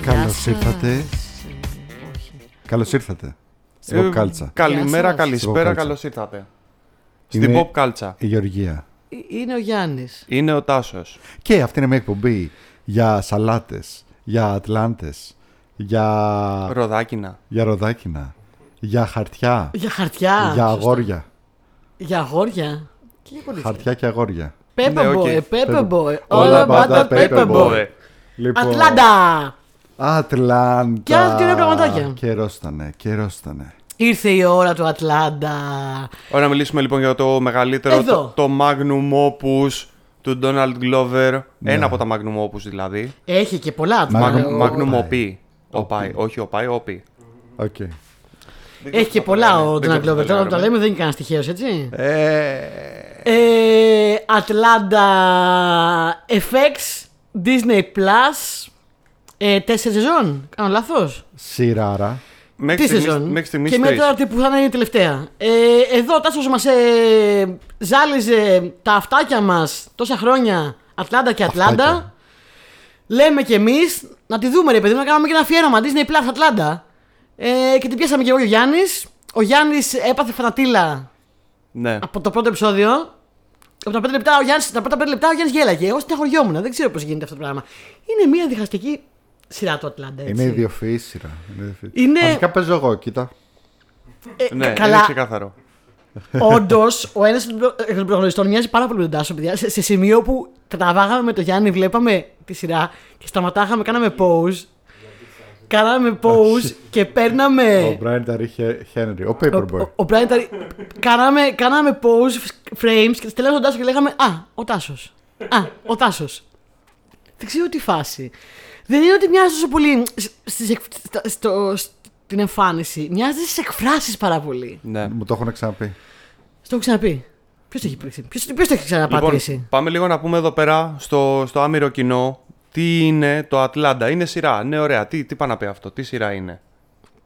Καλώς ήρθατε. Καλώς ήρθατε. Στην Ε, Pop Κάλτσα. Ε, Καλημέρα, σας. Στην καλησπέρα, pop culture. καλώς ήρθατε. Είναι- Στην Pop Κάλτσα. Η Γεωργία. Ε, Είναι ο Γιάννης. Είναι ο Τάσος. Και αυτή είναι μια εκπομπή για σαλάτες, για ατλάντες, για, Ροδάκινα. για ροδάκινα, για χαρτιά, Για χαρτιά. για σωστά. αγόρια. Για αγόρια. Και για κορίτσια. Χαρτιά και αγόρια. Ναι, Paper οκ. boy, paper Paper- boy. All All about about that that paper paper boy. boy. Ε, Λοιπόν, Ατλάντα! Ατλάντα. Και άλλα κυρία πραγματάκια. Καιρός ήτανε, καιρός ήτανε. Ήρθε η ώρα του Ατλάντα. Ωραία, να μιλήσουμε λοιπόν για το μεγαλύτερο, Εδώ. το, το magnum opus του Donald Glover. Ναι. Ένα από τα magnum opus δηλαδή. Έχει και πολλά Magnum- Ατλάντα. Magnum, magnum Opie. opie. Opie. Όχι opie, opie. Οκ. Έχει και πολλά ο Ναι, Δεν Ντόναλτ ξέρω Glover. τι θα Τώρα που τα λέμε. λέμε δεν είναι κανένας τυχαίος, έτσι. Ε, Ε, Ατλάντα FX Disney Plus. Ε, τέσσερις σεζόν. Κάνω λάθος. Σειράρα. Μέχρι Τι στιγμής- σεζόν. Μέχρι στιγμής και μια τέταρτη που θα είναι η τελευταία. Ε, εδώ ο Τάσο μας ε, ζάλιζε τα αυτάκια μας τόσα χρόνια. Ατλάντα και Ατλάντα. Αυτάκια. Λέμε κι εμείς να τη δούμε, ρε παιδί, μου, να κάνουμε και ένα αφιέρωμα. Disney Plus Ατλάντα. Ε, και την πιάσαμε κι εγώ και ο Γιάννης. Ο Γιάννης έπαθε φανατήλα Ναι. από το πρώτο επεισόδιο. Από τα 5 λεπτά ο Γιάννης, τα πρώτα 5 λεπτά ο Γιάννης γέλαγε. Εγώ στεναχωριόμουν. Δεν ξέρω πώς γίνεται αυτό το πράγμα. Είναι μια διχαστική σειρά του Ατλάντα. Έτσι. Είναι ιδιοφυή σειρά. Είναι ιδιοφυή. Είναι- Αρχικά παίζω εγώ, κοίτα. Ε, Ναι, καλά, είναι ξεκάθαρο. Όντως, ο ένας εκ των προγνωριστών μοιάζει πάρα πολύ με τον Τάσο, παιδιά. Σε, σε σημείο που τραβάγαμε με τον Γιάννη, βλέπαμε τη σειρά και σταματάγαμε, κάναμε pause. Κάναμε pause και παίρναμε. Ο Brian Ταρή Χένρι, ο ο- Paperboy. ο- ο Brian ήταν- κάναμε, κάναμε pause frames και τελειώσαμε τον Τάσο και λέγαμε Α, ο Τάσος. Α, ο Τάσος. Δεν ξέρω τι φάση. Δεν είναι ότι μοιάζει τόσο πολύ σ- στις εκ- στα- στο- στην εμφάνιση. Μοιάζει στις εκφράσεις πάρα πολύ. Ναι. Μου το έχουν ξαναπεί. Ε, Στο έχω ξαναπεί. Ποιος το έχει πρίξει, ποιο το έχει ξαναπατήσει. Λοιπόν, πάμε λίγο να πούμε εδώ πέρα στο, στο άμυρο κοινό τι είναι το Ατλάντα. Είναι σειρά. Ναι, ωραία. Τι, τι πάει να πει αυτό, τι σειρά είναι.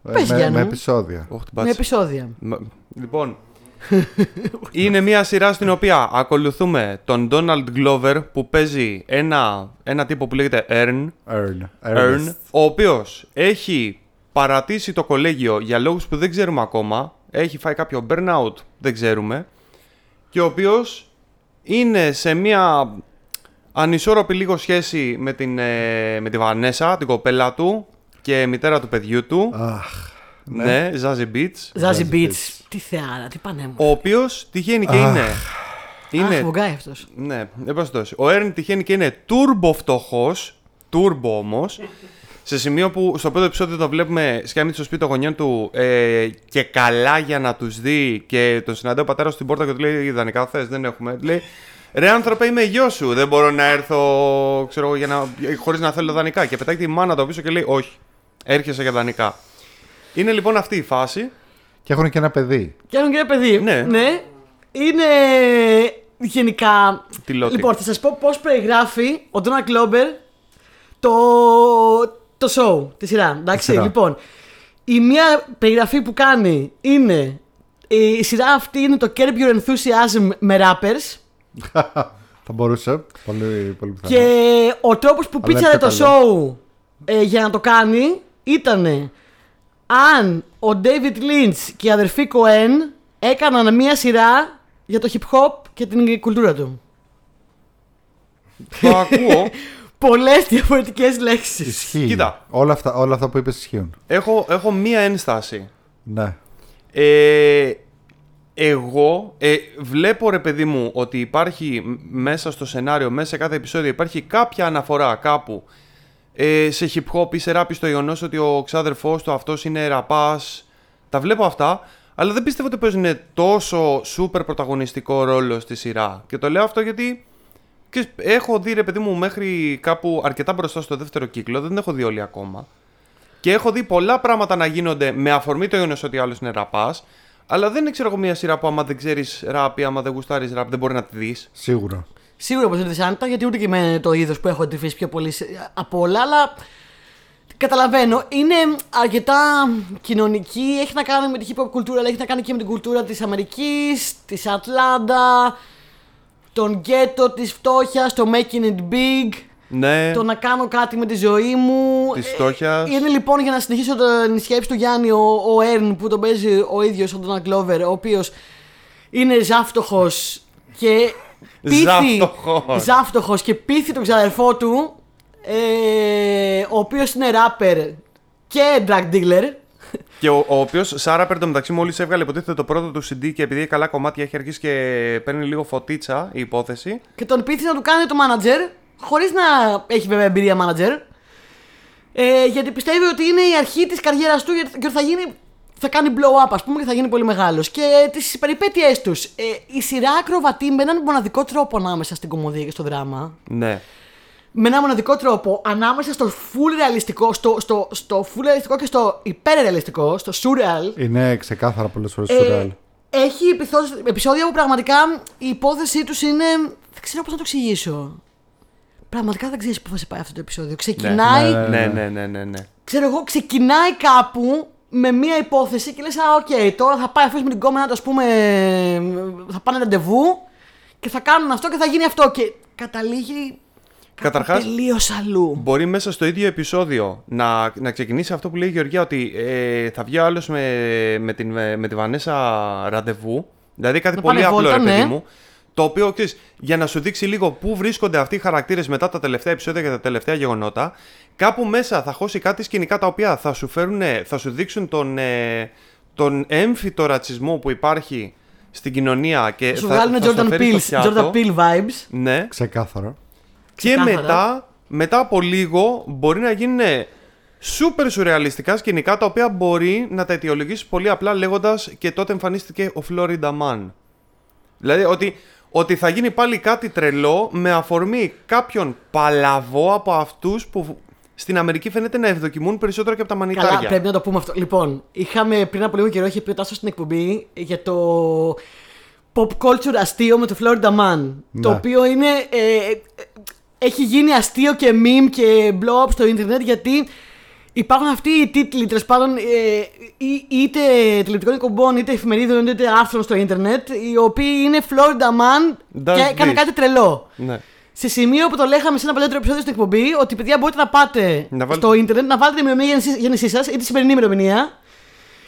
Ε, Πες, με, Γιάννη με μου. επεισόδια. Ωχ, την με πάτησα. επεισόδια. Μ- Λοιπόν, είναι μια σειρά στην οποία ακολουθούμε τον Donald Glover που παίζει ένα, ένα τύπο που λέγεται Earn, Earn. Earn Earn. ο οποίος έχει παρατήσει το κολέγιο για λόγους που δεν ξέρουμε ακόμα, έχει φάει κάποιο burnout, δεν ξέρουμε, και ο οποίος είναι σε μια ανισόρροπη λίγο σχέση με, την, ε, με τη Βανέσα, την κοπέλα του και μητέρα του παιδιού του, Αχ. ναι, Zazie Beetz. Ζάζι Beats. Beach. Τι θεάρα, τι πανέμορφο. Ο οποίος τυχαίνει και Αχ. είναι. Αχ, Είναι. βογκάει αυτός. Ναι, εν πάση περιπτώσει. Ο Έρν τυχαίνει και είναι τούρμπο φτωχός. Τούρμπο όμως. Σε σημείο που στο πρώτο επεισόδιο το βλέπουμε σκιάμι στο σπίτι των γονιών του ε, και καλά για να τους δει και τον συναντάει ο πατέρας στην πόρτα και του λέει: Ιδανικά θες, δεν έχουμε. Του λέει: Ρε άνθρωπε, είμαι γιος σου. Δεν μπορώ να έρθω, ξέρω εγώ, για να... χωρίς να θέλω δανεικά. Και πετάει τη μάνα το πίσω και λέει: Όχι, έρχεσαι για δανεικά. Είναι λοιπόν αυτή η φάση. Και έχουν και ένα παιδί. Και έχουν και ένα παιδί. Ναι. Είναι γενικά. Τι λέω τι. Λοιπόν, θα σας πω πώς περιγράφει ο Ντόνα Κλόμπερ το, το show, τη σειρά. Εντάξει, σειρά. λοιπόν. Η μία περιγραφή που κάνει είναι. Η σειρά αυτή είναι το Curb Your Enthusiasm με rappers. Θα μπορούσε. Πολύ, πολύ πιθανό. Και ο τρόπος που Αλλά πίτσαρε πιο το καλό. show ε, για να το κάνει ήταν αν ο David Lynch και η αδερφή Cohen έκαναν μία σειρά για το hip hop και την κουλτούρα του. Το ακούω. Πολλές διαφορετικές λέξεις. Ισχύει. Κοίτα. Όλα αυτά, όλα αυτά που είπες ισχύουν. έχω, έχω μία ένσταση. Ναι. Ε, εγώ ε, βλέπω ρε παιδί μου ότι υπάρχει μ- μέσα στο σενάριο, μέσα σε κάθε επεισόδιο υπάρχει κάποια αναφορά κάπου ε, σε hip hop ή σε rap ή στο γεγονός ότι ο ξάδερφός του αυτός είναι ραπάς. Τα βλέπω αυτά, αλλά δεν πιστεύω ότι παίζουν τόσο σούπερ πρωταγωνιστικό ρόλο στη σειρά. Και το λέω αυτό γιατί ξέρεις, έχω δει ρε παιδί μου μέχρι κάπου αρκετά μπροστά στο δεύτερο κύκλο, δεν έχω δει όλοι ακόμα. Και έχω δει πολλά πράγματα να γίνονται με αφορμή το γεγονός ότι άλλος είναι ραπάς. Αλλά δεν ξέρω εγώ μια σειρά που άμα δεν ξέρεις ραπ ή άμα δεν γουστάρεις ραπ δεν μπορεί να τη δεις. Σίγουρα. Σίγουρα πως δεν τη άνετα, γιατί ούτε και εμένα είναι το είδος που έχω εντρυφήσει πιο πολύ σε- από όλα, αλλά καταλαβαίνω. Είναι αρκετά κοινωνική, έχει να κάνει με τη hip hop κουλτούρα, αλλά έχει να κάνει και με την κουλτούρα της Αμερικής, της Ατλάντα, τον γκέτο, της φτώχειας, το making it big. Ναι. το να κάνω κάτι με τη ζωή μου. Της Ε, φτώχειας. Είναι λοιπόν για να συνεχίσω την σκέψη του Γιάννη, ο, ο Έρν που τον παίζει ο ίδιος ο Ντόνα Γκλόβερ, ο οποίος είναι ζάφτοχο και. πείθει- Ζάφτοχος. ζάφτοχος και πείθει τον ξαδερφό του, ε, ο οποίος είναι rapper και drug dealer. Και ο, ο οποίος Σάρα το μεταξύ μόλις έβγαλε υποτίθεται το πρώτο του CD και επειδή καλά κομμάτια έχει αρχίσει και παίρνει λίγο φωτίτσα η υπόθεση. και τον πείθει να του κάνει το manager, χωρίς να έχει βέβαια εμπειρία manager. Ε, γιατί πιστεύει ότι είναι η αρχή της καριέρας του γιατί- και ότι θα γίνει. Θα κάνει blow up, ας πούμε, και θα γίνει πολύ μεγάλος. Και ε, τις περιπέτειές τους. Ε, η σειρά ακροβατεί με έναν μοναδικό τρόπο ανάμεσα στην κομμωδία και στο δράμα. Ναι. Με έναν μοναδικό τρόπο ανάμεσα στο full ρεαλιστικό, στο, στο, στο full ρεαλιστικό και στο υπερρεαλιστικό, στο surreal. Είναι ξεκάθαρα πολλές φορές Ε, σουρεάλ. Έχει επιθώς- επεισόδια που πραγματικά η υπόθεσή τους είναι. Δεν ξέρω πώς να το εξηγήσω. Πραγματικά δεν ξέρεις πού θα σε πάει αυτό το επεισόδιο. Ξεκινάει, Ναι, Ναι, ναι, ναι, ναι. ναι. ξέρω εγώ, ξεκινάει κάπου με μία υπόθεση και λες: Α, οκ, τώρα θα πάει αυτό με την κόμενα του, ας πούμε. Θα πάνε ραντεβού και θα κάνουν αυτό και θα γίνει αυτό. Και καταλήγει. Καταρχάς- Τελείως αλλού. Μπορεί μέσα στο ίδιο επεισόδιο να, να ξεκινήσει αυτό που λέει η Γεωργία ότι ε, θα βγει ο άλλος με, με, την, με τη Βανέσα ραντεβού. Δηλαδή κάτι Να πάνε πολύ απλό, βόλτα, ρε παιδί ναι. μου. Το οποίο ξέρεις, για να σου δείξει λίγο πού βρίσκονται αυτοί οι χαρακτήρες μετά τα τελευταία επεισόδια και τα τελευταία γεγονότα, κάπου μέσα θα χώσει κάτι σκηνικά τα οποία θα σου, φέρουν, ε, θα σου δείξουν τον, ε, τον έμφυτο ρατσισμό που υπάρχει στην κοινωνία και Σου θα, βγάλουν θα στο Jordan φέρει Peele, στο πιάτο. Jordan Peele vibes. Ναι. Ξεκάθαρα. Και Ξεκάθαρα. μετά, μετά από λίγο, μπορεί να γίνουν σούπερ σουρεαλιστικά σκηνικά τα οποία μπορεί να τα αιτιολογήσεις πολύ απλά λέγοντας και τότε εμφανίστηκε ο Florida Man. Δηλαδή ότι, ότι θα γίνει πάλι κάτι τρελό με αφορμή κάποιον παλαβό από αυτούς που στην Αμερική φαίνεται να ευδοκιμούν περισσότερο και από τα μανιτάρια. Καλά, πρέπει να το πούμε αυτό. Λοιπόν, είχαμε πριν από λίγο καιρό είχε πει ο Τάσος στην εκπομπή για το pop culture αστείο με το Florida Man. Ναι. Το οποίο είναι. ε, ε, έχει γίνει αστείο και meme και blow up στο ίντερνετ γιατί υπάρχουν αυτοί οι τίτλοι τέλος πάντων ε, ή- είτε τηλεοπτικών εκπομπών είτε εφημερίδων είτε άρθρων στο ίντερνετ οι οποίοι είναι Florida Man Does και έκανε this. κάτι τρελό. Ναι. Σε σημείο που το λέγαμε σε ένα παλιότερο επεισόδιο στην εκπομπή, ότι παιδιά μπορείτε να πάτε Να βάλετε- στο ίντερνετ, να βάλετε την ημερομηνία γέννησής σα ή τη σημερινή ημερομηνία.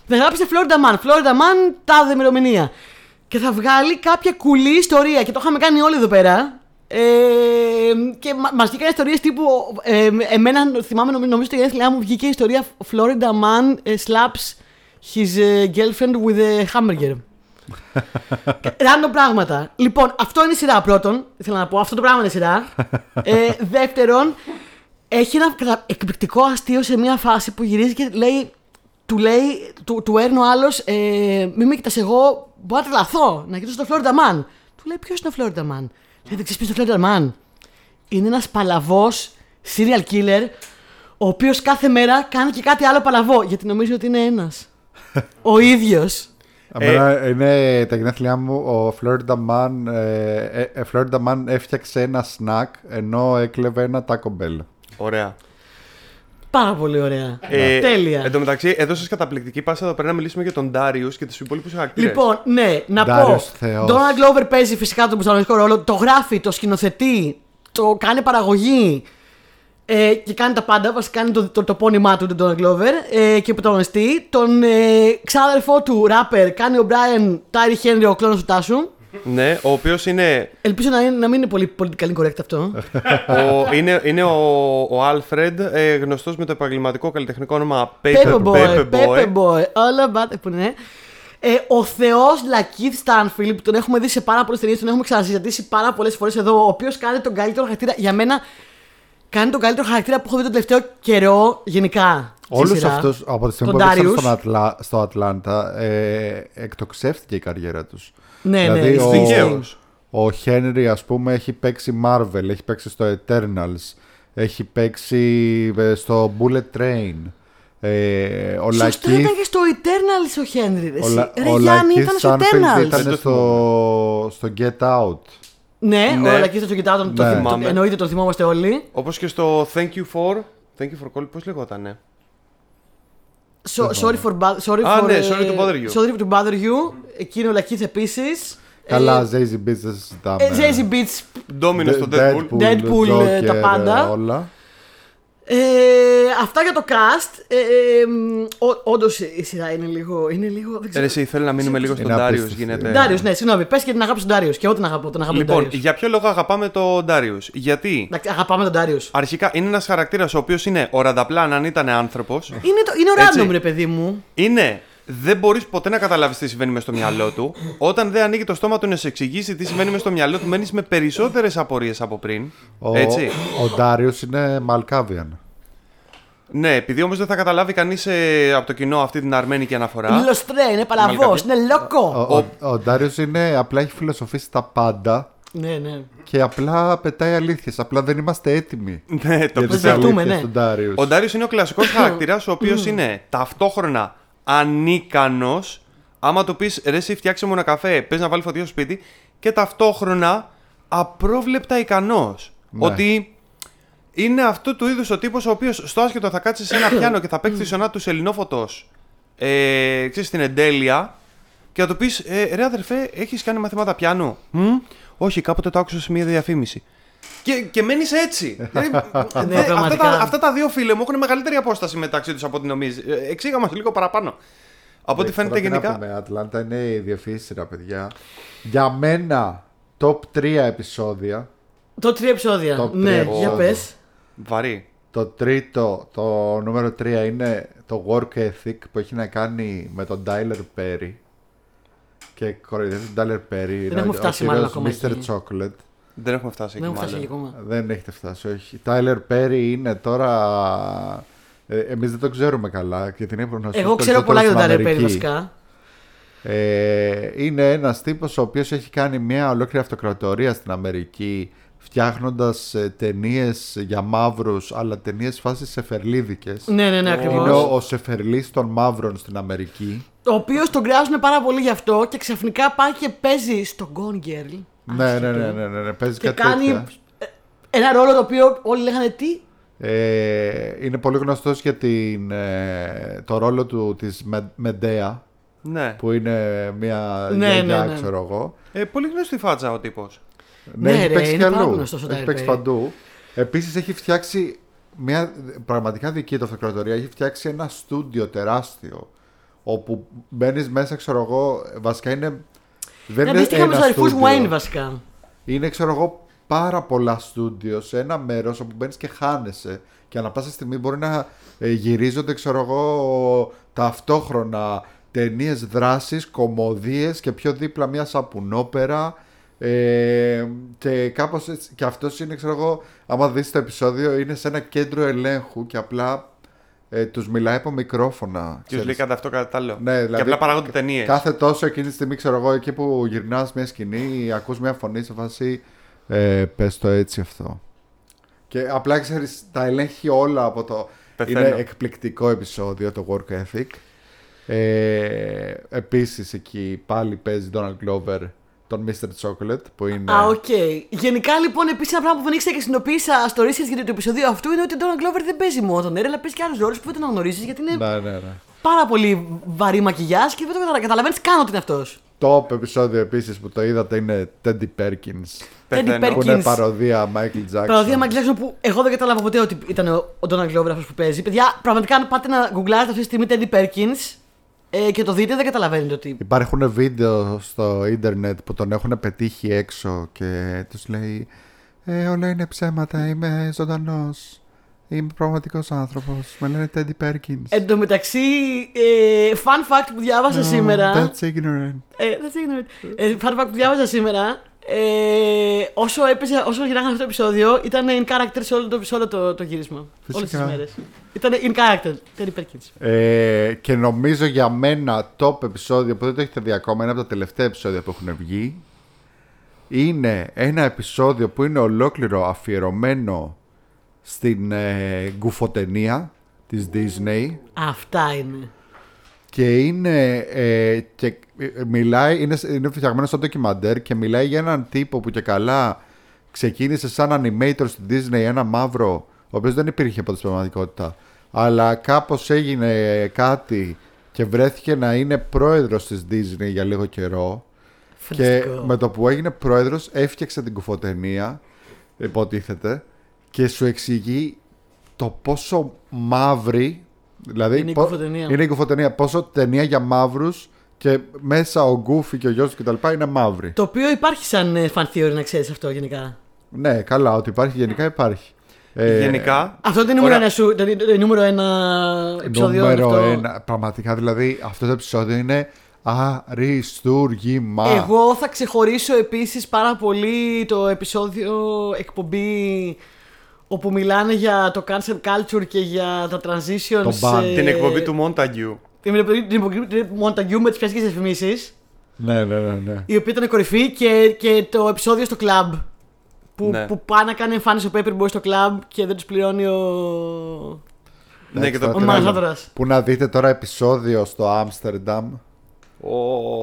και Να γράψετε Florida Man, Florida Man, τάδε ημερομηνία. Και θα βγάλει κάποια κουλή ιστορία. Και το είχαμε κάνει όλοι εδώ πέρα. Ε, και μα μας βγήκαν ιστορίες τύπου. Ε, εμένα, θυμάμαι, νομι- νομίζω ότι η γενέθλιά μου βγήκε η ιστορία Florida Man ε, slaps his ε, girlfriend with a hamburger. Ράντο πράγματα. Λοιπόν, αυτό είναι η σειρά πρώτον. Θέλω να πω, αυτό το πράγμα είναι η σειρά. ε, δεύτερον, έχει ένα κατα- εκπληκτικό αστείο σε μια φάση που γυρίζει και λέει, του λέει, του, του έρνει ο άλλος, ε, μη με κοιτάς εγώ, μπορώ να τρελαθώ, να κοιτάξω το Florida Man. Του λέει, ποιος είναι ο Florida Man. Λέει, δεν ξέρει ποιο είναι ο Florida Man. Είναι ένας παλαβός serial killer, ο οποίος κάθε μέρα κάνει και κάτι άλλο παλαβό, γιατί νομίζει ότι είναι ένας. ο ίδιος. ε, Εμένα είναι τα γενέθλιά μου. Ο Florida Man, ε, ε, ε, Florida Man έφτιαξε ένα σνακ ενώ έκλεβε ένα Taco Bell. Ωραία. Πάρα πολύ ωραία. Ε, Ναι. Τέλεια. Εν τω μεταξύ, έδωσε καταπληκτική πάσα εδώ πέρα να μιλήσουμε για τον Ντάριου και τους υπόλοιπους χαρακτήρες. Λοιπόν, ναι, να πω. Ντάριος Θεός. Ντόναλντ Γκλόβερ παίζει φυσικά τον πρωταγωνιστικό ρόλο. Το γράφει, το σκηνοθετεί, το κάνει παραγωγή. Ε, και κάνει τα πάντα. Βασικά κάνει το, το τοπώνυμά του, τον Ντόναλντ Γκλόβερ. Ε, και πρωταγωνιστή. Τον ε, ξάδερφό του, ράπερ, κάνει ο Μπράιν Τάιρι Χένρι, ο κλόνος του Τάσου. Ναι, ο οποίος είναι Ελπίζω να, είναι- να μην είναι πολύ political correct αυτό. ο, είναι, είναι ο, ο Alfred, ε, γνωστός με το επαγγελματικό καλλιτεχνικό όνομα Paperboy, Paperboy. Paperboy. Paperboy, all about που είναι. Ε, ο Θεός Λακίθ Στάνφιλ, που τον έχουμε δει σε πάρα πολλές ταινίες, τον έχουμε ξανασυζητήσει πάρα πολλές φορές εδώ, ο οποίος κάνει τον καλύτερο χαρακτήρα. Για μένα, κάνει τον καλύτερο χαρακτήρα που έχω δει τον τελευταίο καιρό γενικά. στη Όλους σειρά. αυτούς από τη στιγμή που Τον έπαιξαν Darius. στον Ατλα- στο Ατλάντα ε, εκτοξεύτηκε η καριέρα τους. Ναι, ναι, Ε, δηλαδή, ισχύει. Δικαίως. Ο, ο Χένρι, ας πούμε, έχει παίξει Marvel, έχει παίξει στο Eternals, έχει παίξει ε, στο Bullet Train. Ε, ο Σωστά Λακίθ- ήταν και στο Eternals ο Χένρι. ρε, ο εσύ. Λα- Ρε ο Γιάννη, Λακίθ ήταν στο Σάνφιλντ Eternals. Δεν το Ήταν στο, στο Get Out. Ναι, Ναι. ο Λακίθ το κοιτάω, τον, το Ναι. θυμ- Θυμάμαι. εννοείται τον θυμόμαστε όλοι. Όπως και στο Thank you for... Thank you for call, πώς ε? λεγότανε. So- sorry for, bo- sorry Α, for, ναι, ε, sorry to bother you. Sorry to bother you. Εκείνο ο Λακίθ επίσης. Καλά, Zazy Beats δεν συζητάμε. Zazy Beats. Ντόμινο στο Δε- Deadpool. ε, Deadpool, ε, τα ε, Joker, πάντα. ε, Όλα. Ε, αυτά για το cast. Ε, ε, μ, ο- όντως η σειρά είναι λίγο. Είναι λίγο δεν Ρε, Ε, ξέρω. εσύ, θέλω να μείνουμε λίγο στον Είναι Ντάριο. απίστευτη. Γίνεται. Ντάριο, ναι, συγγνώμη. Πες και την αγάπη στον Ντάριο. Και εγώ την αγαπώ. Τον αγαπώ Λοιπόν, τον Ντάριο. για ποιο λόγο αγαπάμε τον Ντάριο. Γιατί Εντάξει, αγαπάμε τον Ντάριο. αρχικά είναι ένας χαρακτήρας ο οποίος είναι ο ρανταπλάν αν ήταν άνθρωπος. Είναι, το, είναι ο Έτσι. random, ρε παιδί μου. Είναι. Δεν μπορείς ποτέ να καταλάβεις τι συμβαίνει μες στο μυαλό του. Όταν δεν ανοίγει το στόμα του να σε εξηγήσει τι συμβαίνει μες στο μυαλό του, μένεις με περισσότερες απορίες από πριν. Ο, Έτσι. ο Ντάριος είναι Μαλκάβιαν. Ναι, επειδή όμως δεν θα καταλάβει κανείς από το κοινό αυτή την αρμένικη αναφορά. Λοστρέ, είναι παλαβός, Μαλακαβή. είναι Ο, λόκο. ο, ο Ντάριος είναι απλά έχει φιλοσοφήσει τα πάντα Ναι, ναι. και απλά πετάει αλήθειες. Απλά δεν είμαστε έτοιμοι. Ναι, το για τις πιστεύω. ζητούμε, αλήθειες ναι. του Ντάριους. Ο Ντάριο είναι ο κλασικός χαρακτήρας, ο οποίος είναι ταυτόχρονα ανίκανος. Άμα του πεις ρε, εσύ φτιάξε μου ένα καφέ, πες να βάλει φωτιά στο σπίτι. Και ταυτόχρονα απρόβλεπτα ικανός. Ναι. Ότι είναι αυτού του είδους ο τύπος ο οποίος στο άσχετο θα κάτσει σε ένα πιάνο και θα παίξει τη σονά του Σελινόφωτο. Ε, ξέρεις, στην εντέλεια. Και θα του πεις, ε, ρε αδερφέ, έχεις κάνει μαθήματα πιάνο. «Μμ, όχι, κάποτε το άκουσα σε μία διαφήμιση. Και, και μένεις έτσι. Δηλαδή, Ναι, αυτά, πραγματικά. τα, αυτά τα δύο φίλε μου έχουν μεγαλύτερη απόσταση μεταξύ τους από ό,τι νομίζει. Εξήγα μας λίγο παραπάνω. Από ό,τι Ναι, φαίνεται τώρα τι γενικά. Να πούμε, Ατλάντα είναι η διεφύση σειρά, παιδιά. Για μένα, top 3 επεισόδια. Το τρία επεισόδια. Το τρία ναι, για επεισόδια. πες. Βαρύ. Το τρίτο, το νούμερο 3 είναι το work ethic που έχει να κάνει με τον Tyler Perry. Και κοροϊδεύει τον Tyler Perry. δηλαδή, έχουμε φτάσει μάλλον ακόμα Mr. εκεί. Chocolate. Δεν έχουμε φτάσει Δεν εκεί έχω φτάσει μάλλον. εκεί ακόμα. Δεν έχετε φτάσει, όχι. Tyler Perry είναι τώρα. Ε, Εμείς δεν το ξέρουμε καλά και την έπρεπε να σου Εγώ ξέρω πολλά για τον Ντάριο Πέρι βασικά. Ε, είναι ένας τύπος ο οποίος έχει κάνει μια ολόκληρη αυτοκρατορία στην Αμερική φτιάχνοντας ε, ταινίες για μαύρους αλλά ταινίες φάσης σεφερλίδικες. Ναι, ναι, ναι, Είναι ακριβώ. ο, ο Σεφερλής των μαύρων στην Αμερική. Το οποίος τον κράζουν πάρα πολύ γι' αυτό και ξαφνικά πάει και παίζει στο Gone Girl. Ναι, ναι, ναι, ναι, ναι, ναι, παίζει Και κάτι κάνει τέτοια. ε, ένα ρόλο το οποίο όλοι λέγανε τι. Ε, είναι πολύ γνωστός για την, ε, το ρόλο του της Με- Μεντέα Ναι. που είναι μια Ναι, γιαγιά, ναι, ναι. ξέρω εγώ. Ε, πολύ γνωστή φάτσα ο τύπος. Ναι, Ναι, έχει ρε, παίξει είναι κι πάρα αλλού. γνωστός ο Έχει Tyler παίξει Perry. παντού. Επίσης έχει φτιάξει μια πραγματικά δική του αυτοκρατορία. Έχει φτιάξει ένα στούντιο τεράστιο. Όπου μπαίνεις μέσα, ξέρω εγώ, βασικά είναι. Δεν Ναι, αντίστοιχα με του αριθμούς στούντιο. Wayne βασικά. Είναι, ξέρω εγώ, πάρα πολλά στούντιο σε ένα μέρος όπου μπαίνεις και χάνεσαι. Και ανά πάσα στιγμή μπορεί να ε, γυρίζονται, ξέρω εγώ, ταυτόχρονα ταινίες δράση, κομμωδίες και πιο δίπλα μια σαπουνόπερα. Ε, και κάπως έτσι. Και αυτός είναι, ξέρω εγώ, άμα δεις το επεισόδιο, είναι σε ένα κέντρο ελέγχου και απλά ε, τους μιλάει από μικρόφωνα. Και τους λέει ξέρεις. κατά αυτό κατά τα άλλο. Ναι, και δηλαδή, απλά παράγονται ταινίες. Κάθε τόσο εκείνη τη στιγμή, ξέρω εγώ, εκεί που γυρνάς μια σκηνή, ακούς μια φωνή σε φάση. Ε, Πες το έτσι αυτό. Και απλά ξέρεις, τα ελέγχει όλα από το. Πεθαίνω. Είναι εκπληκτικό επεισόδιο το Work Ethic. Ε, Επίσης εκεί πάλι παίζει Donald Glover τον Mr. Chocolate που είναι. Α, οκ. Γενικά λοιπόν, επίσης ένα πράγμα που δεν ήξερα και συνειδητοποίησα στο research για το επεισόδιο αυτού είναι ότι ο Donald Glover δεν παίζει μόνο τον Έρε, αλλά παίζει και άλλους ρόλους που δεν τον αναγνωρίζεις γιατί είναι Ναι, ναι, ναι. πάρα πολύ βαρύ μακιγιά και δεν το καταλαβαίνεις καν ότι είναι αυτός. Top επεισόδιο επίσης που το είδατε είναι Teddy Perkins. Πεθαίνω. Perkins. Που είναι παροδία Michael Jackson. Παραδείγμα Μάικλ Τζάξον που εγώ δεν κατάλαβα ποτέ ότι ήταν ο ο Donald Glover αυτός που παίζει. Παιδιά, πραγματικά αν πάτε να γκουγκλάρετε αυτή τη στιγμή Teddy Perkins ε, και το δείτε, δεν καταλαβαίνετε ότι. Υπάρχουν βίντεο στο ίντερνετ που τον έχουν πετύχει έξω και τους λέει «Ε, όλα είναι ψέματα, είμαι ζωντανός, είμαι πραγματικός άνθρωπος, με λένε Teddy Perkins». Εν τω μεταξύ, ε, fun fact που διάβασα Oh, σήμερα. That's ignorant. Ε, δεν σε ignorant. Ε, fun fact που διάβαζα σήμερα. Ε, όσο, έπαιζε, όσο γυράγανε αυτό το επεισόδιο, ήταν in character σε όλο το, σε όλο το, το γύρισμα. Φυσικά. Όλες τις μέρες. Ήταν in character. Terry Perkins. Ε, και νομίζω για μένα top επεισόδιο που δεν το έχετε δει ακόμα, είναι από τα τελευταία επεισόδια που έχουν βγει. Είναι ένα επεισόδιο που είναι ολόκληρο αφιερωμένο στην ε, γκουφοτενία της Disney. Αυτά είναι. Και είναι. ε, και ε, μιλάει, είναι, είναι φτιαγμένο σαν ντοκιμαντέρ και μιλάει για έναν τύπο που και καλά ξεκίνησε σαν animator στη Disney, ένα μαύρο, ο οποίος δεν υπήρχε από την πραγματικότητα. Αλλά κάπως έγινε κάτι και βρέθηκε να είναι πρόεδρος της Disney για λίγο καιρό. Και Φανταστικό. με το που έγινε πρόεδρος, έφτιαξε την κουφοτενία, υποτίθεται, και σου εξηγεί το πόσο μαύρη. Δηλαδή, Είναι η κουφοτενία. Είναι η κουφοτενία. Πόσο ταινία για μαύρους και μέσα ο Γκούφι και ο γιος του κτλ. είναι μαύροι. Το οποίο υπάρχει σαν ε, fan theory, να ξέρεις αυτό γενικά. Ναι, καλά, ότι υπάρχει γενικά υπάρχει. Ε, Γενικά. Αυτό είναι το νούμερο Ωραία. ένα σου. Το, το- το νούμερο ένα επεισόδιο. είναι νούμερο αυτό. ένα. Πραγματικά δηλαδή αυτό το επεισόδιο είναι αριστούργημα. Εγώ θα ξεχωρίσω επίσης πάρα πολύ το επεισόδιο εκπομπή όπου μιλάνε για το cancel culture και για τα transitions. Το ban. ε, Την εκπομπή του Μόνταγκιου. Την εκπομπή την εκπομπή του Μονταγκιού με τις πιασικές διαφημίσεις, Ναι, ναι, ναι. ναι. η οποία ήταν κορυφή και, και το επεισόδιο στο club. Που, Ναι. που πάνε να κάνει εμφάνιση ο Paperboy στο club και δεν τους πληρώνει ο... Ναι, και Εντάξει, το. θα Ο τρέλα. Μανχάτορας. Που να δείτε τώρα επεισόδιο στο Άμστερνταμ. Ω.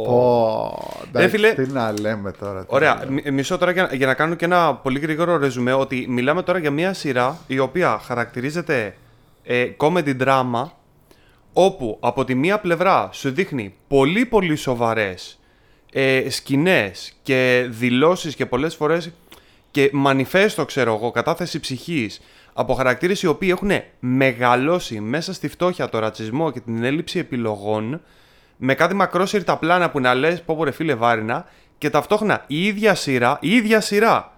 Πω, εντάξει, φίλε. τι να λέμε τώρα. τι να Ωραία, λέμε. μι- μισό τώρα για, για να κάνω και ένα πολύ γρήγορο ρεζουμέ ότι μιλάμε τώρα για μια σειρά η οποία χαρακτηρίζεται ε, comedy drama όπου από τη μία πλευρά σου δείχνει πολύ πολύ σοβαρές ε, σκηνές και δηλώσεις και πολλές φορές και μανιφέστο ξέρω εγώ κατάθεση ψυχής από χαρακτήρες οι οποίοι έχουν μεγαλώσει μέσα στη φτώχεια, το ρατσισμό και την έλλειψη επιλογών με κάτι μακρόσυρτα πλάνα που να λες πω πω, ρε φίλε βάρινα και ταυτόχρονα η ίδια σειρά, η ίδια σειρά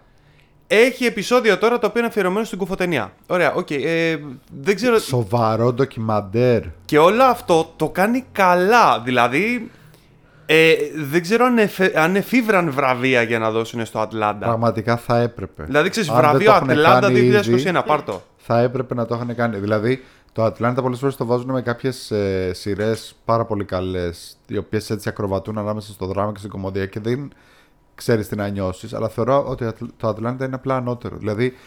έχει επεισόδιο τώρα το οποίο είναι αφιερωμένο στην κουφοτενία. Ωραία, οκ. ε, δεν ξέρω. Σοβαρό ντοκιμαντέρ. Και όλο αυτό το κάνει καλά. Δηλαδή, ε, δεν ξέρω αν, εφε- αν εφήβραν βραβεία για να δώσουν στο Ατλάντα. Πραγματικά θα έπρεπε. Δηλαδή, ξέρεις, Αν δεν βραβείο το έχουν Ατλάντα κάνει 2021, ήδη, πάρ' Ε, το. Θα έπρεπε να το είχαν κάνει. Δηλαδή, το Ατλάντα πολλές φορές το βάζουν με κάποιες ε, σειρές πάρα πολύ καλές, οι οποίες έτσι ακροβατούν ανάμεσα στο δράμα και στην κομμωδία και δεν ξέρεις τι να νιώσεις. Αλλά θεωρώ ότι Ατλ- το Ατλάντα είναι απλά ανώτερο. Δηλαδή,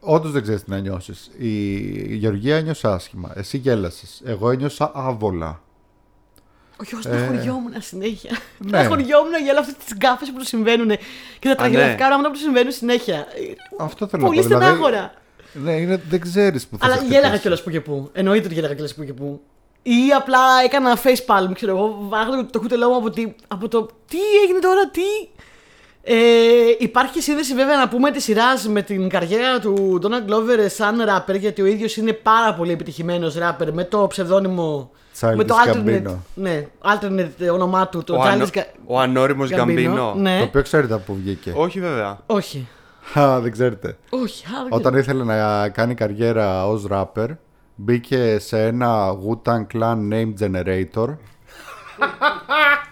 όντως δεν ξέρεις τι να νιώσεις. Η... η Γεωργία ένιωσε άσχημα. Εσύ γέλασες. Εγώ ένιωσα άβολα. Όχι, εγώ στα χωριόμουν συνέχεια. Ε. ναι. Τα χωριόμουν για όλα αυτές τις γκάφες που τους συμβαίνουν και τα τραγελαφικά ναι. πράγματα που τους συμβαίνουν συνέχεια. Ε, Αυτό θέλω Πολύ να πω. δηλαδή, στενάχωρα. ναι, είναι, δεν ξέρεις που θα Αλλά σε γέλαγα χτυπήσει. κιόλας που και που. Εννοείται ότι γέλαγα κιόλας που και που. Ή απλά έκανα face palm, ξέρω εγώ. Βάγνω το κούτελό μου από, τη- από το. Τι έγινε τώρα, τι. Ε, υπάρχει σύνδεση βέβαια να πούμε τη σειράς με την καριέρα του Donald Glover σαν rapper γιατί ο ίδιος είναι πάρα πολύ επιτυχημένος rapper με το ψευδόνυμο Childish με το alternate, Gambino. ναι, alternate όνομά του το Ο, Childish ανώ, Ga- ο ανώριμος Γκαμπίνο. ναι. Το οποίο ξέρετε από που βγήκε. Όχι, βέβαια. Όχι. Α, δεν ξέρετε. Όχι, άρα δεν Όταν ήθελε να κάνει καριέρα ως rapper Μπήκε σε ένα Wu-Tang Clan Name Generator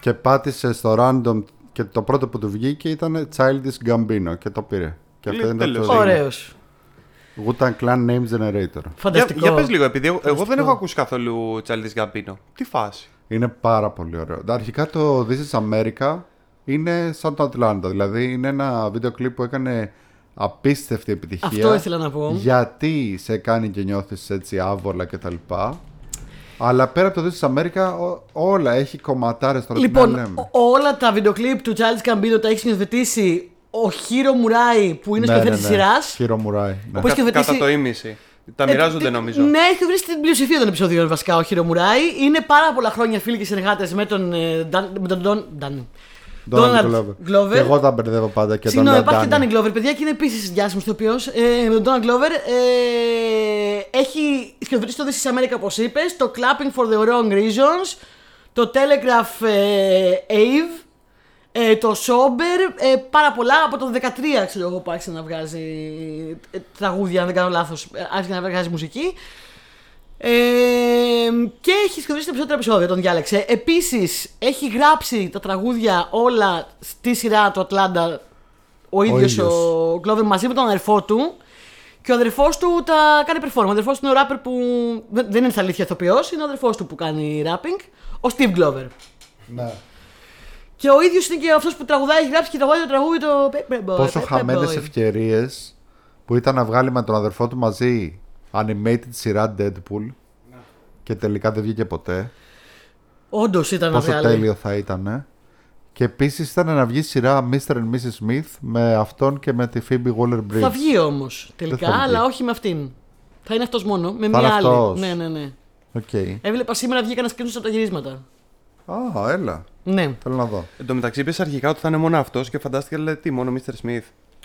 Και πάτησε στο random Και το πρώτο που του βγήκε ήταν Childish Gambino Και το πήρε Και αυτό Λε- είναι τέλος. το ξέρω. Ωραίος. Wu-Tang Clan Name Generator Για, Φανταστικό. για πες λίγο, επειδή εγώ- εγώ δεν έχω ακούσει καθόλου Τσαλτής Γκαμπίνο. Τι φάση. Είναι πάρα πολύ ωραίο Αρχικά το This is America Είναι σαν το Ατλάντα Δηλαδή είναι ένα βίντεο κλιπ που έκανε Απίστευτη επιτυχία Αυτό ήθελα να πω. γιατί σε κάνει και νιώθεις έτσι άβολα και τα λοιπά. Αλλά πέρα από το This is America, ό- όλα έχει κομματάρες τώρα τι να Λοιπόν, λέμε. ό- όλα τα βίντεο του Charles Gambino τα έχει σκηνοθετήσει ο Χίρο Μουράι που Ναι, είναι σκηνοθέτη τη σειρά. Χείρο Μουράι. Ναι. Όπως- Πώς Κα- σκηνοθετήσει- Κατά το ήμιση. Τα μοιράζονται νομίζω. Ναι, έχει βρει την πλειοψηφία των επεισοδίων βασικά ο Χίρο Μουράι. Είναι πάρα πολλά χρόνια φίλοι και συνεργάτες με τον. ε, Dan- με τον Don- Dan- Donald Donald Glover. Και εγώ τα μπερδεύω πάντα και Συγγνώμη, τον υπάρχει και Ντάνι. Danny Glover, παιδιά, και είναι επίσης διάσημο ηθοποιό. Ε, με τον Donald Glover ε, έχει σκηνοθετήσει το This is America, όπως είπες, το Clapping for the Wrong Reasons, το Telegraph ε, Ave, ε, το Sober, ε, πάρα πολλά. Από το 13 ξέρω εγώ που άρχισε να βγάζει ε, τραγούδια, αν δεν κάνω λάθος, άρχισε να βγάζει μουσική. Ε, και έχεις σκηνοθετήσει τα περισσότερα επεισόδια, τον διάλεξε. Επίσης, έχει γράψει τα τραγούδια όλα στη σειρά του Ατλάντα ο ίδιος ίδιος. ο Glover μαζί με τον αδερφό του. Και ο αδερφός του τα κάνει perform. Ο αδερφός του είναι ο rapper που. δεν- Δεν είναι στα αλήθεια ηθοποιός, είναι ο αδερφός του που κάνει rapping. Ο Steve Glover. Ναι. Και ο ίδιος είναι και αυτός που τραγουδάει, έχει γράψει και τραγουδάει το τραγούδι το Paperboy. Πόσο Paperboy. χαμένες ευκαιρίες που ήταν να βγάλει με τον αδερφό του μαζί animated σειρά Deadpool και τελικά δεν βγήκε ποτέ. Όντως ήταν να Πόσο βγάλει. τέλειο θα ήταν. ε. Και επίσης ήταν να βγει σειρά Mr. and Mrs. Smith με αυτόν και με τη Phoebe Waller Bridge. Θα βγει όμως τελικά, Δεν θα βγει. αλλά όχι με αυτήν. Θα είναι αυτός μόνο, με Θα μία είναι άλλη. αυτός. Ναι, ναι, ναι. Okay. Έβλεπα σήμερα βγήκαν screenshots από τα γυρίσματα. Α, έλα. Ναι. Θέλω να δω. Εν τω μεταξύ είπες αρχικά ότι θα είναι μόνο αυτός και φαντάστηκα λέει τι, μόνο Mr. Smith.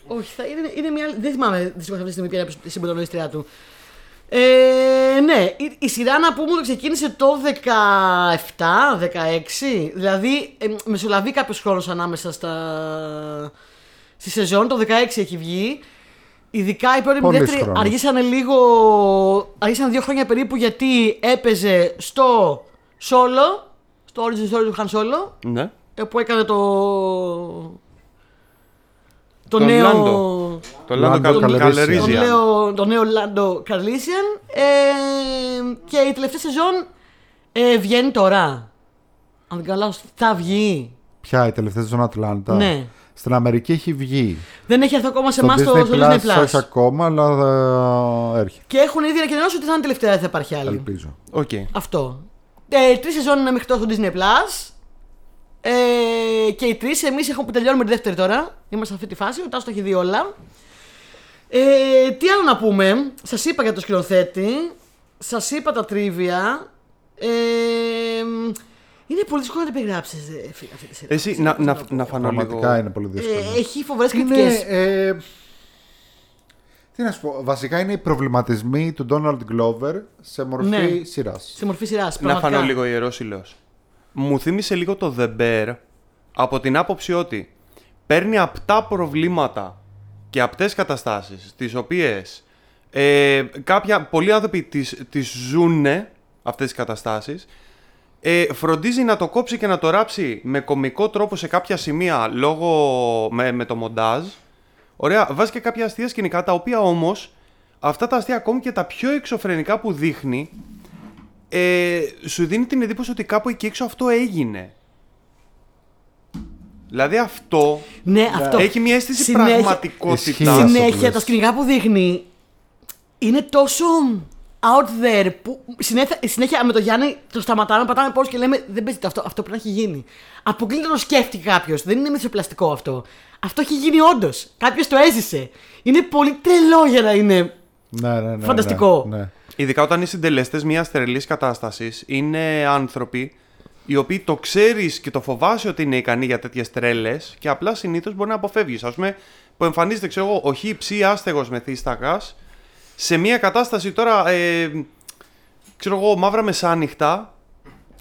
Όχι, θα, είναι, είναι μια άλλη. Δεν θυμάμαι δυστυχώς αυτή τη στιγμή ποια είναι η συμπροταγωνίστρια του. Ε, ναι, η, η σειρά να πούμε ότι ξεκίνησε το 17-16. Δηλαδή, ε, μεσολαβεί κάποιος χρόνος ανάμεσα στα. στη σεζόν. Το 16 έχει βγει. Ειδικά η πρώτη με τη Πολύς δεύτερη χρόνος. αργήσανε λίγο. αργήσανε δύο χρόνια περίπου γιατί έπαιζε στο Solo. Στο Origin Story του Han Solo Ναι. ε, που έκανε το. Το Τον νέο. Λάντο. Το Λάντο Λάντο Καλ- Καλερίζιαν. Το Καλερίζιαν. νέο, το νέο Λάντο Καρλίσιαν. Ε, και η τελευταία σεζόν ε, βγαίνει τώρα. Αν δεν καλά, θα βγει. Ποια η τελευταία σεζόν Ατλάντα. Ναι. Στην Αμερική έχει βγει. Δεν έχει έρθει ακόμα σε Στο εμάς το στο Disney Plus. όχι ακόμα, αλλά ε, έρχεται. Και έχουν ήδη ανακοινώσει ότι θα είναι τελευταία, δεν θα υπάρχει άλλη. Ελπίζω. Οκ. Αυτό. Ε, τρεις σεζόν είναι μέχρι τώρα στο Disney Plus. Ε, και οι τρεις, εμείς έχουμε που τελειώνουμε τη δεύτερη τώρα. Είμαστε σε αυτή τη φάση. Ο Τάσος το έχει δει όλα. Ε, τι άλλο να πούμε. Σας είπα για το σκηνοθέτη. Σας είπα τα τρίβια. Ε, είναι πολύ δύσκολο να την περιγράψει, φίλε, αυτή τη σειρά. Εσύ να, να, να φανώ Πραγματικά λίγο. είναι πολύ δύσκολο. Ε, έχει φοβερές κριτικέ. Είναι, ε, τι να σου πω, βασικά είναι οι προβληματισμοί του Donald Glover σε μορφή Ναι. σειράς. Σε μορφή σειράς. Να φανώ λίγο ιερός ήλιο. Μου θύμισε λίγο το The Bear από την άποψη ότι παίρνει απτά προβλήματα και απτές καταστάσεις τις οποίες ε, κάποια, πολλοί άνθρωποι τις, τις ζούνε αυτές τις καταστάσεις ε, φροντίζει να το κόψει και να το ράψει με κομικό τρόπο σε κάποια σημεία λόγω με, με το μοντάζ. Ωραία, βάζει και κάποια αστεία σκηνικά τα οποία όμως αυτά τα αστεία ακόμη και τα πιο εξωφρενικά που δείχνει ε, σου δίνει την εντύπωση ότι κάπου εκεί έξω αυτό έγινε. Δηλαδή αυτό Ναι, αυτό. έχει μια αίσθηση Συνέχεια- Ισχύει. πραγματικότητα. Συνέ- αυτό που συνέχεια λες. τα σκηνικά που δείχνει είναι τόσο out there που συνέχεια, συνέχεια με το Γιάννη το σταματάμε, πατάμε πόρους και λέμε δεν παίζεται αυτό, αυτό πρέπει να έχει γίνει. Αποκλείται να το σκέφτηκε κάποιος. Δεν είναι μυθοπλαστικό αυτό. Αυτό έχει γίνει όντως. Κάποιος το έζησε. Είναι πολύ τρελό για να είναι. Ναι, ναι, ναι, ναι, Φανταστικό. ναι. Ειδικά όταν είσαι συντελεστές μιας τρελή κατάστασης, είναι άνθρωποι οι οποίοι το ξέρεις και το φοβάσαι ότι είναι ικανοί για τέτοιες τρέλε και απλά συνήθως μπορεί να αποφεύγεις. Ας πούμε, που εμφανίζεται, ξέρω εγώ, ο χι ψι άστεγος μεθύστακας σε μια κατάσταση τώρα. Ε, ξέρω εγώ, μαύρα μεσάνυχτα.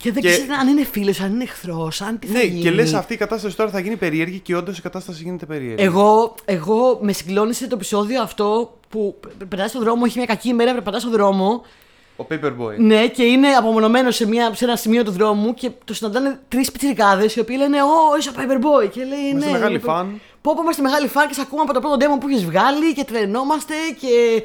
Και δεν Και- ξέρεις αν είναι φίλο, αν είναι εχθρός, αν τι θα Ναι, γίνει. και λες αυτή η κατάσταση τώρα θα γίνει περίεργη και όντως η κατάσταση γίνεται περίεργη. Εγώ, εγώ με συγκλώνησε το επεισόδιο αυτό που περνά στον δρόμο, έχει μια κακή ημέρα, περπατά στον δρόμο Ο Paperboy. Ναι, και είναι απομονωμένος σε, μια, σε ένα σημείο του δρόμου και το συναντάνε τρεις πιτσιρικάδες οι οποίοι λένε Ω, είσαι ο Paperboy. Και λέει Είμαστε ναι. μεγάλοι λοιπόν, φαν. Πω, πω, είμαστε μεγάλοι φαν και σε ακούμε από το πρώτο demo που έχεις βγάλει και τρενόμαστε και.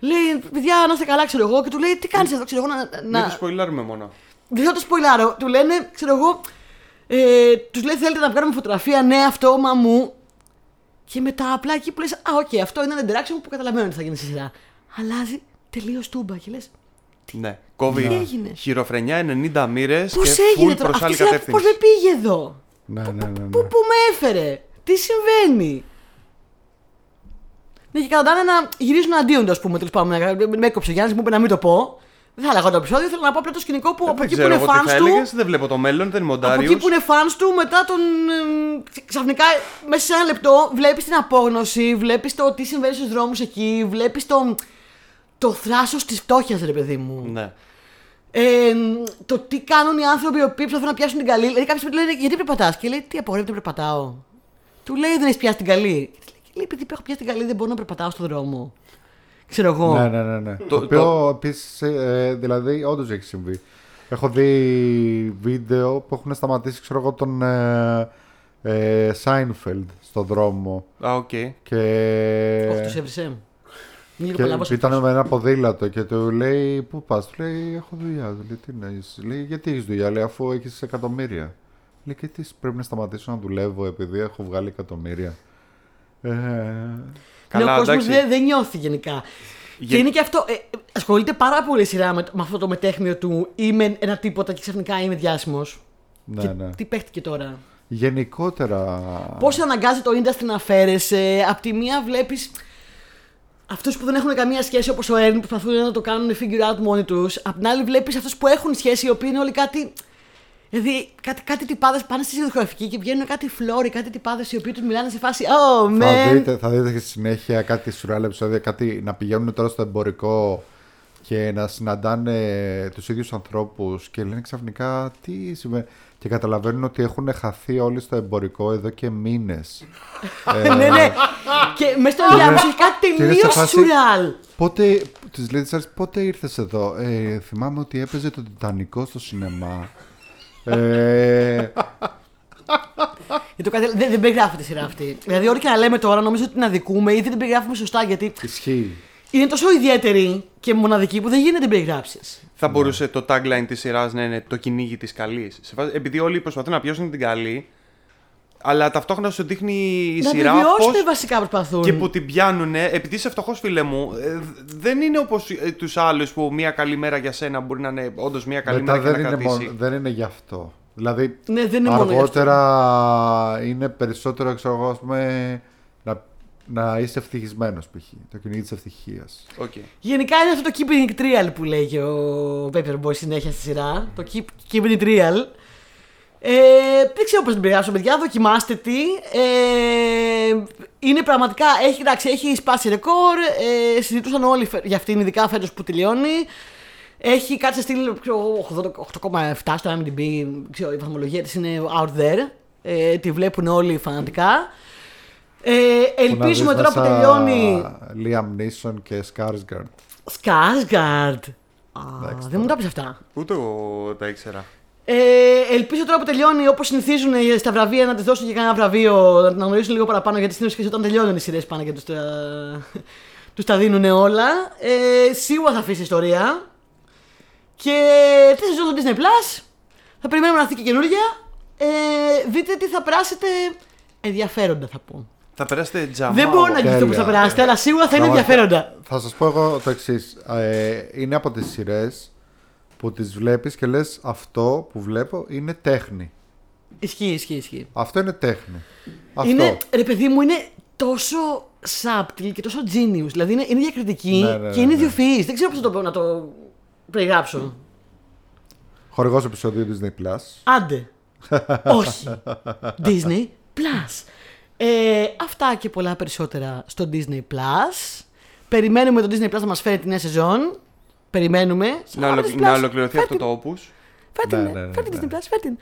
Λέει, παιδιά, να είστε καλά, ξέρω εγώ. Και του λέει, τι κάνεις εδώ, ξέρω εγώ, να. Μην το να... σποϊλάρουμε μόνο. Δεν θα το σποϊλάρω. Του λένε, ξέρω εγώ, ε, τους λέει, θέλετε να βγάλουμε φωτογραφία, ναι, αυτό, μα μου. Και μετά απλά εκεί που λες, Α, οκ, αυτό είναι ένα interaction που καταλαβαίνω ότι θα γίνει στη σειρά. Αλλάζει τελείως τούμπα και λες, Ναι. Κόβει Τι έγινε? χειροφρενιά 90 μοίρες. Πώς και έγινε full τώρα, προς άλλη αυτή πώ κατεύθυνση. με πήγε εδώ, Ναι, ναι, ναι, ναι. πού, πού με έφερε, τι συμβαίνει. Ναι, και καταντάνε να γυρίζουν αντίον τους, ας πούμε. Τέλος πάντων, με έκοψε ο Γιάννης, μου είπε να μην το πω. Δεν θα αλλαγώ το επεισόδιο, θέλω να πω απλά το σκηνικό που από Ε, Δεν εκεί που ξέρω είναι εγώ τι θα fans έλεγες, του. δεν βλέπω το μέλλον, δεν είμαι Από εκεί οντάριο. που είναι fans του, μετά τον. εμ, ξαφνικά μέσα σε ένα λεπτό βλέπεις την απόγνωση, βλέπεις το τι συμβαίνει στους δρόμους εκεί, βλέπεις το. Το θράσος της φτώχειας, ρε παιδί μου. Ναι. Ε, το τι κάνουν οι άνθρωποι οι οποίοι προσπαθούν να πιάσουν την καλή. Δηλαδή, κάποιος του λέει Γιατί περπατάς, και λέει Τι απορρέπεται, περπατάω. Του λέει Δεν έχεις πιάσει την καλή. Και λέει Επειδή έχω πιάσει την καλή, δεν μπορώ να περπατάω στον δρόμο. Ξέρω εγώ. Ναι, ναι, ναι, ναι. Το, Το- οποίο το- επίσης, δηλαδή, όντως έχει συμβεί. Έχω δει βίντεο που έχουν σταματήσει, ξέρω εγώ, τον ε, ε, Seinfeld στον δρόμο. Α, οκ. Και, Όχι, του έβρισε. Είναι λίγο παλαβός ε. και ήταν αυτός. με ένα ποδήλατο και του λέει: Πού πας, του λέει: Έχω δουλειά. Του λέει: Τι νοείς? λέει, Γιατί έχεις δουλειά, λέει, αφού έχεις εκατομμύρια. Λέει: Και τι, πρέπει να σταματήσω να δουλεύω επειδή έχω βγάλει εκατομμύρια. Ε, Ναι, Καλά, ο κόσμος εντάξει. δεν δεν νιώθει γενικά. Και Γε- είναι και αυτό. ε, ε, ασχολείται πάρα πολύ η σειρά με, το- με αυτό το μετέχνιο του είμαι ένα τίποτα και ξαφνικά είμαι διάσημος. ναι, ναι. Τι παίχτηκε τώρα. Γενικότερα. Πώς αναγκάζει το industry να φέρεσαι. Απ' τη μία βλέπεις αυτούς που δεν έχουν καμία σχέση όπως ο Έρν που προσπαθούν να το κάνουν figure out μόνοι τους. Απ' την άλλη βλέπεις αυτούς που έχουν σχέση οι οποίοι είναι όλοι κάτι Δηλαδή κάτι, κάτι τυπάδες πάνε στη ζωγραφική και βγαίνουν κάτι φλόροι, κάτι τυπάδες οι οποίοι τους μιλάνε σε φάση. Oh, man. Θα δείτε, θα δείτε και στη συνέχεια κάτι σουρεάλ επεισόδια, κάτι να πηγαίνουν τώρα στο εμπορικό και να συναντάνε τους ίδιους ανθρώπους και λένε ξαφνικά τι σημαίνει και καταλαβαίνουν ότι έχουν χαθεί όλοι στο εμπορικό εδώ και μήνες. ναι, ναι. και μέσα στο μυαλό μου έχει κάτι Και ε. είναι σε τελείως φάση- σουρεάλ. Πότε, της λέει της Άρης, πότε ήρθες εδώ. Ε, θυμάμαι ότι έπαιζε το Τιτανικό στο σινεμά. Ε, Γιατί το κατα- Δεν, δεν περιγράφεται η σειρά αυτή. Δηλαδή, ό,τι και να λέμε τώρα, νομίζω ότι την αδικούμε ή δεν την περιγράφουμε σωστά γιατί ισχύει. είναι τόσο ιδιαίτερη και μοναδική που δεν γίνεται να την περιγράψεις. Θα μπορούσε το tagline της σειράς να είναι το κυνήγι της καλής. Επειδή όλοι προσπαθούν να πιάσουν την καλή, αλλά ταυτόχρονα σου δείχνει η Να τη σειρά βιώσουν πώς βασικά προσπαθούν. και που την πιάνουν. Επειδή είσαι φτωχός, φίλε μου, ε, δ- δεν είναι όπως τους άλλους που μια καλή μέρα για σένα μπορεί να είναι όντως μια καλή Μετά μέρα δεν και να είναι, κρατήσει. μόνο- δεν είναι γι' αυτό. Δηλαδή Ναι, δεν είναι μόνο γι' αυτό. αργότερα είναι περισσότερο ξέρω εγώ, ας πούμε, να, να είσαι ευτυχισμένος π.χ. Το κυνήγι της ευτυχίας. Οκ. Γενικά είναι αυτό το Keeping It Real που λέει και ο Paperboy συνέχεια στη σειρά. Το keep, Keeping It Real. Ε, δεν ξέρω πώς την περιγράψω, παιδιά. Δοκιμάστε τη. Ε, είναι πραγματικά, έχει, εντάξει, έχει σπάσει ρεκόρ. Ε, συζητούσαν όλοι φε- για αυτήν, ειδικά φέτος που τελειώνει. Έχει κάτι σε στήλη ξέρω εγώ, 8,7 στο IMDb. Ξέρω, η βαθμολογία της είναι out there. Ε, τη βλέπουν όλοι φανατικά. Ε, Που να ελπίζουμε δεις τώρα που μέσα τελειώνει Liam Neeson και Skarsgård. Σκάσγκαρντ. Δεν μου τα πεις αυτά. Ούτε εγώ τα ήξερα. Ε, ελπίζω τώρα που τελειώνει, όπως συνηθίζουν ε, στα βραβεία, να τη δώσουν και κανένα βραβείο, να- να γνωρίσουν λίγο παραπάνω γιατί στην ουσία όταν τελειώνουν οι σειρές πάνε και τους τα, τους τα δίνουν όλα. Ε, σίγουρα θα αφήσει ιστορία. Και τι σα στο Disney Plus. Θα περιμένουμε να έρθει και καινούργια. Ε, δείτε τι θα περάσετε. Ενδιαφέροντα θα πω. Θα περάσετε τζαμά. Δεν μπορώ να αγγιχθώ που τέλεια. θα περάσετε, αλλά σίγουρα θα είναι Πραγματικά. ενδιαφέροντα. Θα σας πω εγώ το εξής. είναι από τις σειρές που τις βλέπεις και λες αυτό που βλέπω είναι τέχνη. Ισχύει, ισχύει, ισχύει. Αυτό είναι τέχνη. Αυτό. Είναι, ρε παιδί μου, είναι τόσο subtle και τόσο genius. Δηλαδή είναι, είναι διακριτική Ναι, ναι, ναι, και είναι ναι. ιδιοφυής. Δεν ξέρω πώς να το, να το περιγράψω. Χορηγός επεισόδιο Disney+. Plus. Άντε. Όχι. Disney Plus. Ε, αυτά και πολλά περισσότερα στο Disney Plus. Περιμένουμε το Disney Plus να μας φέρει τη νέα σεζόν. Περιμένουμε. Να, Αλλά ολο- Disney Plus, να ολοκληρωθεί φέρ' αυτό την- το opus. Φέρ' την, Ναι, ναι, ναι, φέρ' την ναι. Disney Plus, φέρ' την.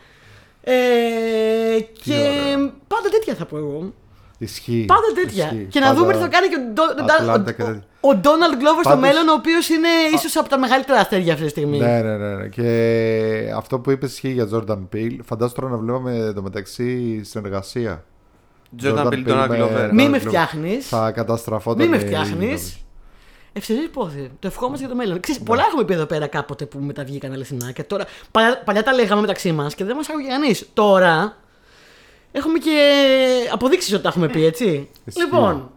Ε, και ωραία. πάντα τέτοια θα πω εγώ. Ισχύει. Πάντα τέτοια. Ισχύει. Και να Πάντα- δούμε τι θα κάνει και ο Ντο- Ατλάντα και ο- τέτοια. ο Ντόναλτ Γκλόβερ στο Πάντως- μέλλον, ο οποίος είναι ίσως από τα μεγαλύτερα αστέρια αυτή τη στιγμή. Ναι, ναι, ναι, ναι. Και αυτό που είπες ισχύει για Jordan Peele. Φαντάζομαι τώρα να βλέπαμε εντωμεταξύ συνεργασία. Jordan Peele, Peele Donald με- Glover. Μη Donald με Glover. φτιάχνεις. Θα καταστραφόταν. Μη με η- φτιάχνει. Ευσεβή πόθη. ε, Το ευχόμαστε για το μέλλον. Ναι. Ξέρεις, πολλά έχουμε πει εδώ πέρα κάποτε που μεταβγήκαν αληθινά. Και τώρα, παλιά, παλιά τα λέγαμε μεταξύ μας και δεν μας άκουγε κανείς. Τώρα έχουμε και αποδείξεις ότι τα έχουμε πει, έτσι. Ισχύει. λοιπόν,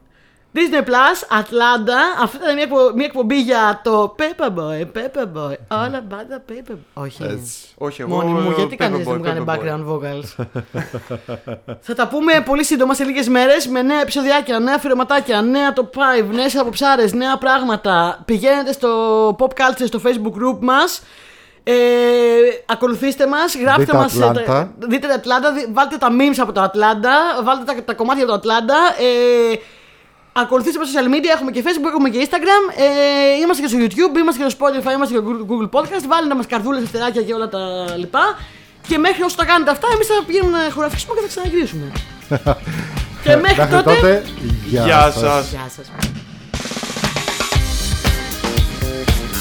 Disney Plus, Atlanta. Αυτή ήταν μια, εκπο- μια εκπομπή για το Paperboy. Paperboy. All about the Paperboy. Όχι. Έτσι. Όχι, εγώ. Μόνη μου, ε, γιατί Paperboy, κανείς δεν μου κάνει Paperboy. background vocals. Θα τα πούμε πολύ σύντομα σε λίγες μέρες με νέα επεισοδιάκια, νέα αφιερωματάκια, νέα top 5, νέες αποψάρες, νέα πράγματα. Πηγαίνετε στο Pop Culture, στο Facebook group μας. Ε, ακολουθήστε μας, γράψτε Δείτε μας. Ατλάντα. Δείτε τα Ατλάντα, δι- βάλτε τα memes από το Ατλάντα, βάλτε τα, τα κομμάτια από το Ατλάντα. Ε, Ακολουθήστε μας στα social media, έχουμε και facebook, έχουμε και instagram, ε, είμαστε και στο youtube, είμαστε και στο spotify, είμαστε και στο google podcast, βάλτε μας καρδούλες, αστεράκια και όλα τα λοιπά. Και μέχρι όσο τα κάνετε αυτά, εμείς θα πηγαίνουμε να χωραφίσουμε και θα ξαναγυρίσουμε. και μέχρι Μέχρι τότε... τότε, Γεια σας. Γεια σας.